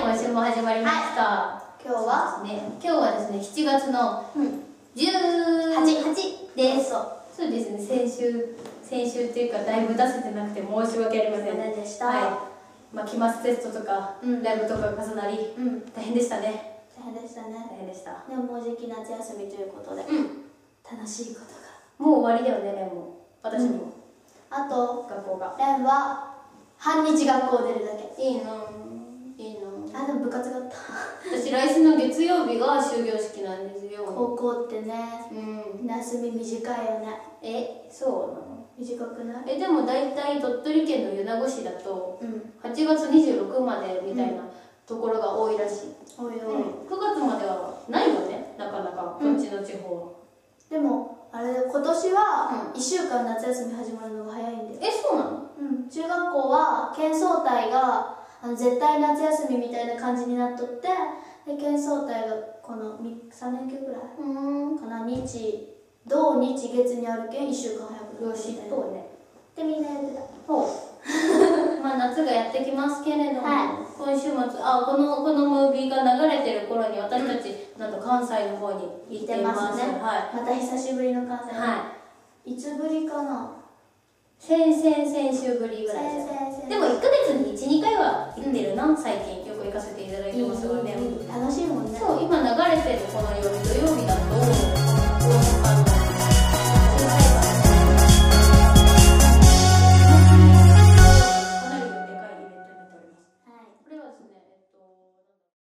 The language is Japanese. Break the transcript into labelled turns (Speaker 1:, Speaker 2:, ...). Speaker 1: まりました、
Speaker 2: 今日は
Speaker 1: ね、今日はですね7月の
Speaker 2: うん
Speaker 1: 18
Speaker 2: 88
Speaker 1: で
Speaker 2: です
Speaker 1: すそうですね先週先週っていうかだいぶ出せてなくて申し訳ありません
Speaker 2: ダメでした
Speaker 1: はいまあ、期末テストとか、
Speaker 2: うん
Speaker 1: ライブとかが重なり
Speaker 2: うん
Speaker 1: 大変でしたね
Speaker 2: 大変でしたね
Speaker 1: 大変でした
Speaker 2: でももうじき夏休みということで
Speaker 1: うん
Speaker 2: 楽しいこと
Speaker 1: もう終わりだよねでも私にも、
Speaker 2: があと
Speaker 1: 学校が
Speaker 2: レンは半日学校出るだけ
Speaker 1: いいなぁいいなぁ
Speaker 2: あでも部活があった
Speaker 1: 私来週の月曜日が終業式なんですよ
Speaker 2: 高校ってね
Speaker 1: うん
Speaker 2: 休み短いよね
Speaker 1: えそうなの
Speaker 2: 短くない
Speaker 1: えでも大体鳥取県の米子市だと
Speaker 2: うん
Speaker 1: 8月26までみたいなところが多いらしい、
Speaker 2: おいおい、
Speaker 1: うん9月まではないよねなかなかこ
Speaker 2: うん
Speaker 1: っちの地方
Speaker 2: でもあれ今年は1週間夏休み始まるのが早いんだよ
Speaker 1: は、えそうなの
Speaker 2: うん、中学校は県総体があの絶対夏休みみたいな感じになっとってで県総体がこの3年級ぐらい
Speaker 1: うん
Speaker 2: かな日土日月にあるけん1週間早くな
Speaker 1: よ
Speaker 2: る
Speaker 1: し
Speaker 2: みたいな
Speaker 1: そうね
Speaker 2: でみんなやってた
Speaker 1: ほうまあ夏がやってきますけれども、
Speaker 2: は
Speaker 1: 今週末あこのこのムービーが流れてる頃に私たち、なんと関西の方に行っています
Speaker 2: 行ってますね
Speaker 1: は
Speaker 2: また久しぶりの関
Speaker 1: い、
Speaker 2: 西、、
Speaker 1: はい、
Speaker 2: つぶりかない
Speaker 1: 先々先週ぶりぐらいです
Speaker 2: 先
Speaker 1: でも1ヶ月に12回は行ってるな、最近よく行かせていただいてますがね
Speaker 2: 楽しいもんね
Speaker 1: そう今流れてるこの夜と